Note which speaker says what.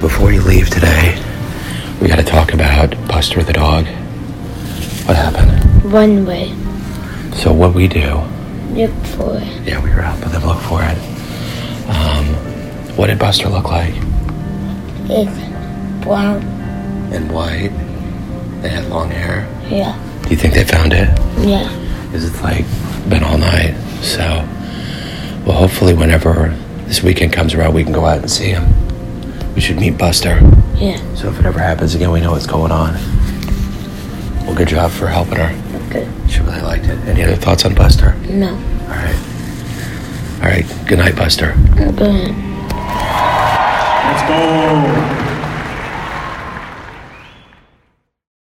Speaker 1: before you leave today, we gotta talk about Buster the dog. What happened?
Speaker 2: One way.
Speaker 1: So, what we do,
Speaker 2: Look for it.
Speaker 1: yeah, we were helping them look for it. Um, what did Buster look like?
Speaker 2: It's brown.
Speaker 1: And white. They had long hair.
Speaker 2: Yeah.
Speaker 1: Do you think they found it?
Speaker 2: Yeah.
Speaker 1: Because it's like been all night. So, well, hopefully, whenever this weekend comes around, we can go out and see him. We should meet Buster.
Speaker 2: Yeah.
Speaker 1: So if it ever happens again, we know what's going on. Well, good job for helping her.
Speaker 2: Okay.
Speaker 1: She really liked it. Any other thoughts on Buster?
Speaker 2: No.
Speaker 1: All right. All right. Good night, Buster.
Speaker 2: Good.
Speaker 3: Let's go.